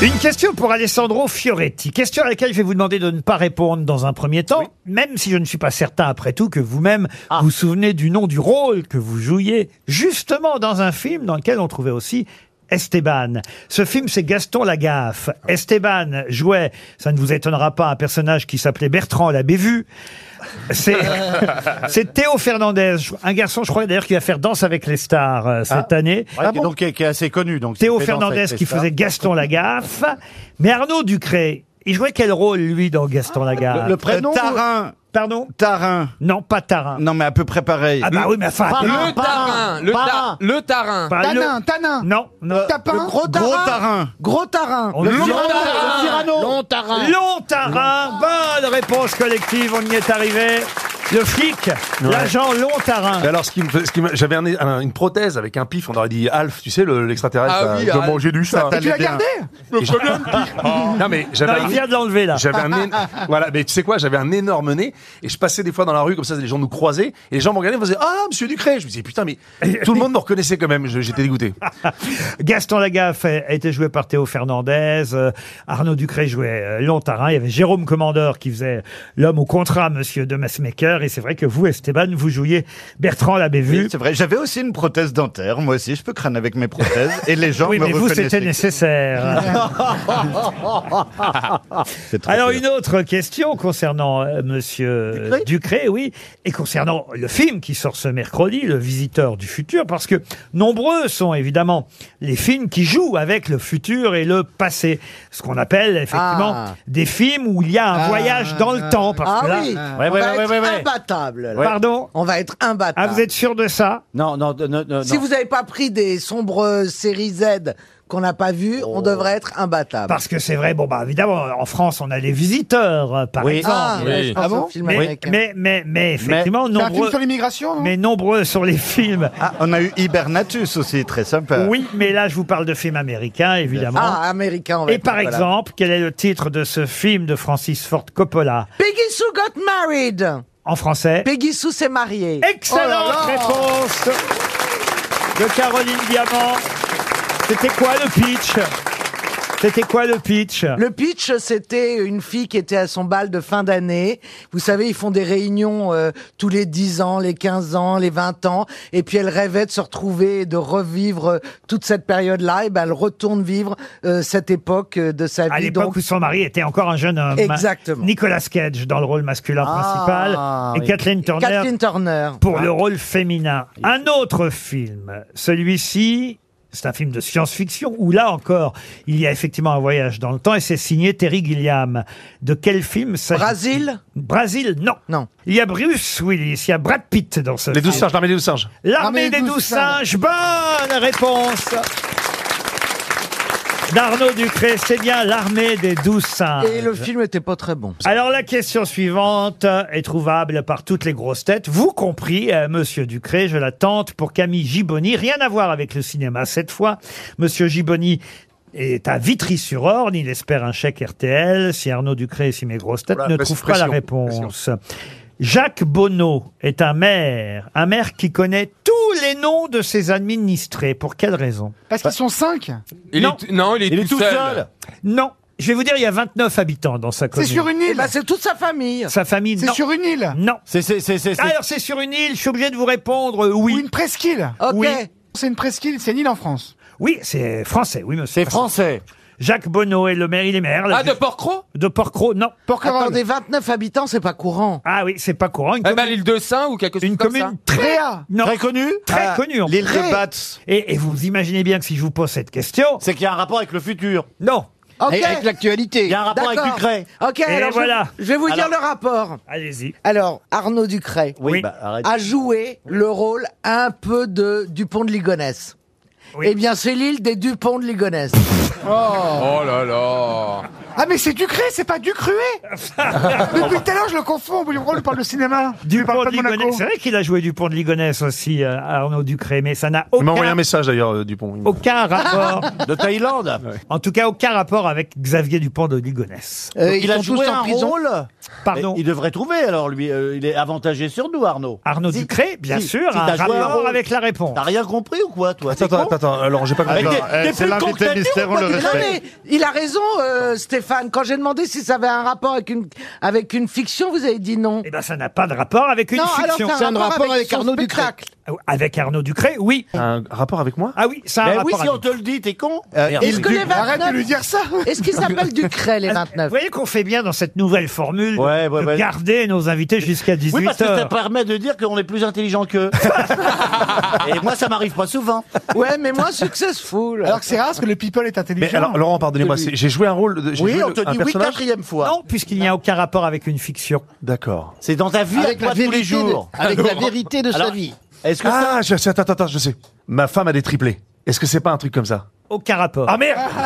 Une question pour Alessandro Fioretti. Question à laquelle je vais vous demander de ne pas répondre dans un premier temps, même si je ne suis pas certain après tout que vous-même Ah. vous vous souvenez du nom du rôle que vous jouiez justement dans un film dans lequel on trouvait aussi Esteban. Ce film, c'est Gaston Lagaffe. Ah. Esteban jouait, ça ne vous étonnera pas, un personnage qui s'appelait Bertrand la Bévue. C'est c'est Théo Fernandez, un garçon, je crois d'ailleurs, qui va faire Danse avec les stars euh, cette année. Ah. Ouais, qui- donc, qui, est, qui est assez connu. Donc, Théo c'est Pédance avec Fernandez les qui stars. faisait Gaston Lagaffe. Mais Arnaud Ducré, il jouait quel rôle, lui, dans Gaston Lagaffe Euh, Le prénom Tarin. Pardon Tarin. Non, pas Tarin. Non, mais à peu près pareil. Ah bah oui, mais enfin... Parrain, Le tarin, le, parrain. ta- le tarin. pas le- Tanin, Tanin. Non, non. Tapin. gros tarin. Gros tarin. On le dit- Le Cyrano. Long tarin. Long Tarin. Bonne réponse collective, on y est arrivé. Le flic, l'agent Long Tarin. Mais Alors, ce qui me fait- ce qui me- j'avais un- un- une prothèse avec un pif, on aurait dit Alf, tu sais, le- l'extraterrestre. Ah là, oui, qui a Alf. mangé du chat. Tu l'as gardé Et je- Non, mais Non, j'avais il un. vient de l'enlever, là. J'avais un éno- voilà, mais tu sais quoi, j'avais un énorme nez et je passais des fois dans la rue comme ça, les gens nous croisaient et les gens me regardaient, me faisaient ah Monsieur Ducré, je me disais putain mais tout le monde me reconnaissait quand même, Je- j'étais dégoûté. Gaston Lagaffe a a été joué par Théo Fernandez, euh, Arnaud Ducré jouait euh, Lontarin, il y avait Jérôme Commandeur qui faisait l'homme au contrat, monsieur de Massmaker, et c'est vrai que vous, Esteban, vous jouiez Bertrand Oui, Labévu. c'est vrai. J'avais aussi une prothèse dentaire. Moi aussi, je peux crâner avec mes prothèses. Et les gens Oui, me mais vous, c'était reconnaissaient. nécessaire. C'est trop Alors, bien. une autre question concernant euh, monsieur Ducré. oui, et concernant le film qui sort ce mercredi, Le Visiteur du Futur, parce que nombreux sont évidemment les films qui jouent avec le futur et le passé. Ce qu'on appelle, effectivement, Ah. des films où il y a un voyage dans le temps, parce Ah que là, euh, oui. Ouais, on ouais, va ouais, être ouais, ouais. imbattable. là. Pardon On va être imbattable. Ah, vous êtes sûr de ça Non, non, non, non, non. Si vous n'avez pas pris des sombres séries Z qu'on n'a pas vues, on devrait être imbattable. Parce que c'est vrai, bon, bah, évidemment, en France, on a les visiteurs, euh, par exemple. Ah, ouais, Oui. je pense Ah bon au film Mais, américain. mais, mais, mais, effectivement, nombreux, l'immigration, mais nombreux sont les films. Ah, on a eu Hibernatus aussi, très sympa. Oui, mais là, je vous parle de films américains, évidemment. Ah, américain, on va Et être- par voilà. exemple, quel est le titre de ce film de Francis Ford Coppola Peggy Sue got married. en français Peggy Sue s'est mariée. Oh Excellente réponse de Caroline Diamant. C'était quoi le pitch C'était quoi le pitch Le pitch, c'était une fille qui était à son bal de fin d'année. Vous savez, ils font des réunions euh, tous les 10 ans, les 15 ans, les 20 ans. Et puis elle rêvait de se retrouver, et de revivre euh, toute cette période-là. Et ben elle retourne vivre euh, cette époque euh, de sa À vie. l'époque donc. où son mari était encore un jeune homme. Exactement. Nicolas Cage dans le rôle masculin Ah, principal et oui. Kathleen Turner Kathleen Turner. pour le rôle féminin. Un autre film, celui-ci, c'est un film de science-fiction où là encore, il y a effectivement un voyage dans le temps et c'est signé Terry Gilliam. De quel film s'agit Brésil Brésil, non. Non. Il y a Bruce Willis, il y a Brad Pitt dans ce Les douze film. singes, l'armée des douze singes. L'armée des douze singes. Bonne réponse d'Arnaud Ducré, c'est bien l'armée des douze singes. Et le film était pas très bon. Alors la question suivante est trouvable par toutes les grosses têtes, vous compris, euh, Monsieur Ducré, je la tente pour Camille Giboni. Rien à voir avec le cinéma cette fois. Monsieur Giboni est à Vitry-sur-Orne, il espère un chèque RTL si Arnaud Ducré et si mes grosses têtes Oula, ne pression, trouvent pas la pression, réponse. Jacques Bonneau est un maire, un maire qui connaît tous les noms de ses administrés. Pour quelle raison Parce qu'ils sont cinq. Il Non. est t- non, il est, Il est tout seul. Non, je vais vous dire, il y a 29 habitants dans sa C'est commune. sur une Et île. ben c'est toute sa famille. Sa famille, C'est non. sur une île. Non. C'est, c'est, c'est, c'est, c'est- Alors c'est sur une île, je suis obligé de vous répondre euh, Ou oui. une presqu'île. Ok. Oui. C'est une presqu'île, c'est une île en France. Oui, c'est français, oui monsieur. c'est français. Jacques Bonneau est le maire, il est maire. là, Ah, de Porcro de Porquerolles, non. Attendez, 29 habitants, c'est pas courant. Ah oui, c'est pas courant. Une, Eh commune- ben, l'île de Saint ou quelque chose une comme commune très, Créa. non, Très connu. très Ah, connue. en L'île de Ré. Batz. Et, et vous imaginez bien que si je vous pose cette question, C'est qu'il y a un rapport avec le futur. non. Ok. l'actualité. Il y a un rapport avec D'accord. Ducré. Ok, alors je- voilà. je, vais vous dire le rapport. Allez-y. Alors, Arnaud Ducret Oui. bah, arrête. a joué le rôle un peu de Dupont de Ligonnès. Oui. Eh bien, c'est l'île des Dupont de Ligonnès. ça. Oh là là. Ah, mais c'est Ducré, c'est pas Ducrué. Depuis tout à l'heure, je le confonds. Pourquoi on lui parle de cinéma Il lui Dupont parle pas de de Monaco. Ligonnès. C'est vrai qu'il a joué du pont de Ligonnès aussi, euh, Arnaud Ducré, mais ça n'a Il m'a envoyé un aucun, message d'ailleurs euh, Dupont. Il m'a- aucun rapport, De Thaïlande. Euh, en tout cas aucun rapport avec Xavier Dupont de Ligonnès. il a joué un rôle. Pardon. Il devrait trouver alors lui. euh, il est avantagé sur nous, Arnaud. Arnaud Ducré, bien si- sûr, si a t'as un joué rapport au- avec la réponse. T'as rien compris ou quoi, toi T'es Attends, con attends, attends, alors j'ai pas compris. Avec Alors, des- euh, des c'est plus cons l'invité que t'as été ou mystère, on quoi le T'es Non respecte. mais il a raison, euh, Stéphane. Quand j'ai demandé si ça avait un rapport avec une, avec une fiction, vous avez dit non. Eh ben, ça n'a pas de rapport avec une non, fiction. alors c'est un, rapport avec, son Arnaud Ducret. spectacle. Ah, Avec Arnaud Ducré, oui. Un rapport avec moi Ah oui, ça a un Ben oui, rapport si avec- on te le dit, t'es con. Euh, Est-ce que les 29 Arrête de lui dire ça Est-ce qu'il s'appelle Ducret, les Vous 29 voyez qu'on fait bien dans cette nouvelle formule Ouais, ouais, de ouais. garder nos invités jusqu'à 18h. Oui, parce que ça permet de dire qu'on est plus intelligent qu'eux. Et moi, ça m'arrive pas souvent. hein. Ouais, mais moi, successful. Alors que c'est rare parce que le people est intelligent. Mais alors, Laurent, pardonnez-moi, c'est- j'ai joué un rôle. De, j'ai Oui, joué on te le- un dit oui personnage. quatrième fois. Non, puisqu'il n'y a aucun rapport avec une fiction. D'accord. C'est dans ta vie, avec toi, tous les jours. avec la vérité de Alors, sa vie. Est-ce que ça... Ah, je sais, attends, attends, attends, je sais. Ma femme a des triplés. Est-ce que c'est pas un truc comme ça Aucun rapport. Ah,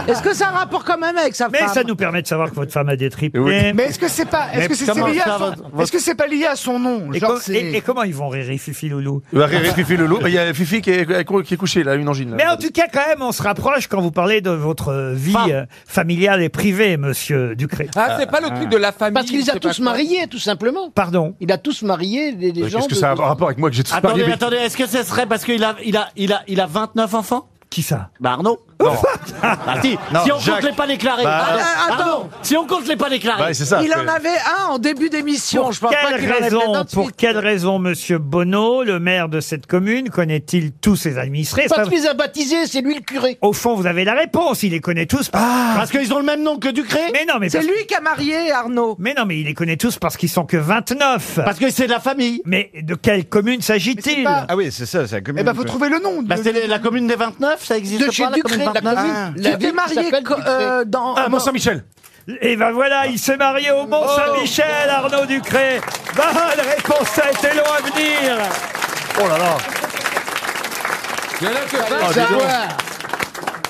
Est-ce que ça a un rapport quand même avec sa mais femme ça nous permet de savoir que votre femme a des tripes. Oui. Et, Mais est-ce que c'est pas, est-ce que c'est comment lié ça, à son, votre- votre- est-ce que c'est pas lié à son nom et Genre com- c'est- et- et comment ils vont rire, et Fifi Loulou Euh, Riri, Fifi, le loup. Il y a Fifi qui est, qui est couchée, là, une angine. Euh, là. Euh, Mais en tout cas, quand même, on se rapproche quand vous parlez de votre vie Femme. euh, familiale et privée, monsieur Ducré. Ah, c'est pas le truc de la famille. Parce qu'il les je a sais pas tous quoi. mariés, tout simplement. Pardon. Il a tous marié des, des Mais gens. Qu'est-ce que de- ça a un rapport avec moi que j'ai tout Attendez, parlé mais- attendez, est-ce que ce serait parce qu'il a, il a, il a, il a 29 enfants Qui ça Bah Arnaud Oh, Non. Ah, si, Non, si on compte Jacques. les pas déclarés. Bah, Arnaud, euh, attends. Arnaud, si on compte les pas déclarés. Ouais, c'est ça. Il en c'est- avait un en début d'émission. Je Pour pense pas quelle qu'il en ait fait raison, d'autres pour suite. quelle raison, monsieur Bonneau, le maire de cette commune, connaît-il tous ses administrés Parce Ça, qu'il les a baptisés, c'est lui le curé. Au fond, vous avez la réponse, il les connaît tous. Ah Parce qu'ils ont le même nom que Ducré Mais non, mais C'est parce- lui qui a marié Arnaud. Mais non, mais il les connaît tous parce qu'ils sont que 29. Parce que c'est de la famille. Mais de quelle commune s'agit-il pas- Ah oui, c'est ça, c'est la commune. Eh ben, faut trouver le nom. Bah, de- c'est les- la commune des 29, ça existe De pas, chez la commune Ducré, la 29 commune. Tu La t'es ville qui marié s'appelle co- Ducré. euh, dans. Ah, dans- Mont-Saint-Michel Et ben voilà, il s'est marié au Mont-Saint-Michel, Arnaud Ducré. Bonne réponse, ça a été long à venir. Oh là là Il y en a que vingt, Ah, dis ça. donc.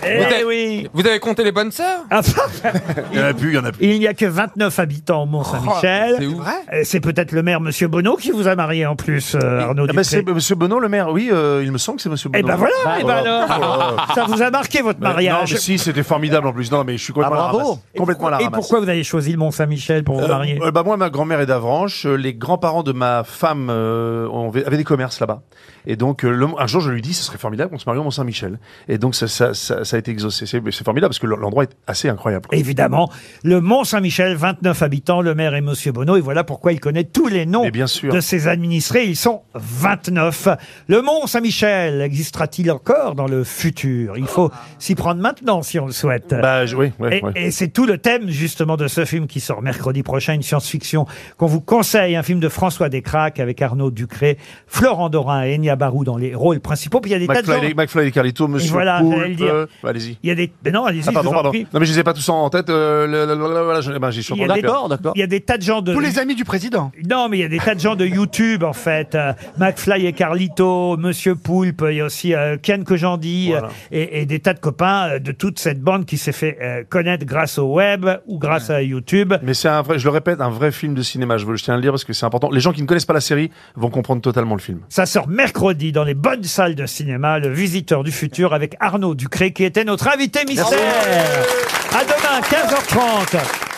Vous Eh avez- oui. Vous avez compté les bonnes sœurs Enfin, Il y en a plus, il y en a plus. il n'y a que 29 habitants au C'est Mont-Saint-Michel. où Euh, C'est peut-être le maire, monsieur Bonneau, qui vous a marié en plus, euh, Arnaud Eh Ducré. ben, c'est Monsieur Benoît le maire, oui, euh, il me semble que c'est Monsieur Eh Benoît. ben voilà, eh ben voilà. alors, ça vous a marqué votre Mais- Non, mariage. mais si, c'était formidable en plus. Non, mais je suis complètement Ah, bravo. à la ramasse. Et bah, Complètement à la pourquoi- Et ramasse. pourquoi vous avez choisi le Mont-Saint-Michel pour vous marier Euh, bah moi, ma grand-mère est d'Avranches. euh, Les grands-parents de ma femme euh, ont- avaient des commerces là-bas. Et donc, euh, le- un jour, je lui dis, ce serait formidable qu'on se marie au Mont-Saint-Michel. Et donc, ça, ça, ça, ça a été exaucé. C'est c'est formidable parce que l'endroit est assez incroyable. quoi. Évidemment, le Mont-Saint-Michel, 29 habitants, le maire est Monsieur Bonneau, et voilà pourquoi il connaît tous les noms Mais bien sûr. de ses administrés. Ils sont 29. Le Mont-Saint-Michel existera-t-il encore dans le futur Il faut s'y prendre maintenant si on le souhaite. Bah, je- oui, ouais, Et, ouais. et c'est tout le thème justement de ce film qui sort mercredi prochain, une science-fiction qu'on vous conseille, un film de François Descraques avec Arnaud Ducré, Florent Dorin et Enya Barou dans les rôles principaux. Puis il y a des tas de gens- McFly, et- McFly et Carlito, Monsieur voilà, Poulpe, j'allais le dire. euh, bah, allez-y. Il y a des. mais non, allez-y, Ah, je pardon, vous en pardon. prie. Non, mais je les ai pas tous en en tête. euh, le- le- le- le- voilà, je- eh ben, j'y suis Il y a encore des- d'accord. D'accord, d'accord. Il y a des tas de gens de. Tous les amis du président. Non, mais il y a des tas de gens de YouTube, en fait. Euh, McFly et Carlito, Monsieur Poulpe, il y a aussi euh, Ken Kojandi, Voilà. euh, et, et des tas de copains euh, de toute cette bande qui s'est fait euh, connaître grâce au web ou grâce à YouTube. Mais c'est un vrai, je le répète, un vrai film de cinéma. Je, veux, je tiens à le dire parce que c'est important. Les gens qui ne connaissent pas la série vont comprendre totalement le film. Ça sort mercredi dans les bonnes salles de cinéma, Le Visiteur du Futur avec Arnaud Ducré qui était notre invité mystère. À demain, 15h30.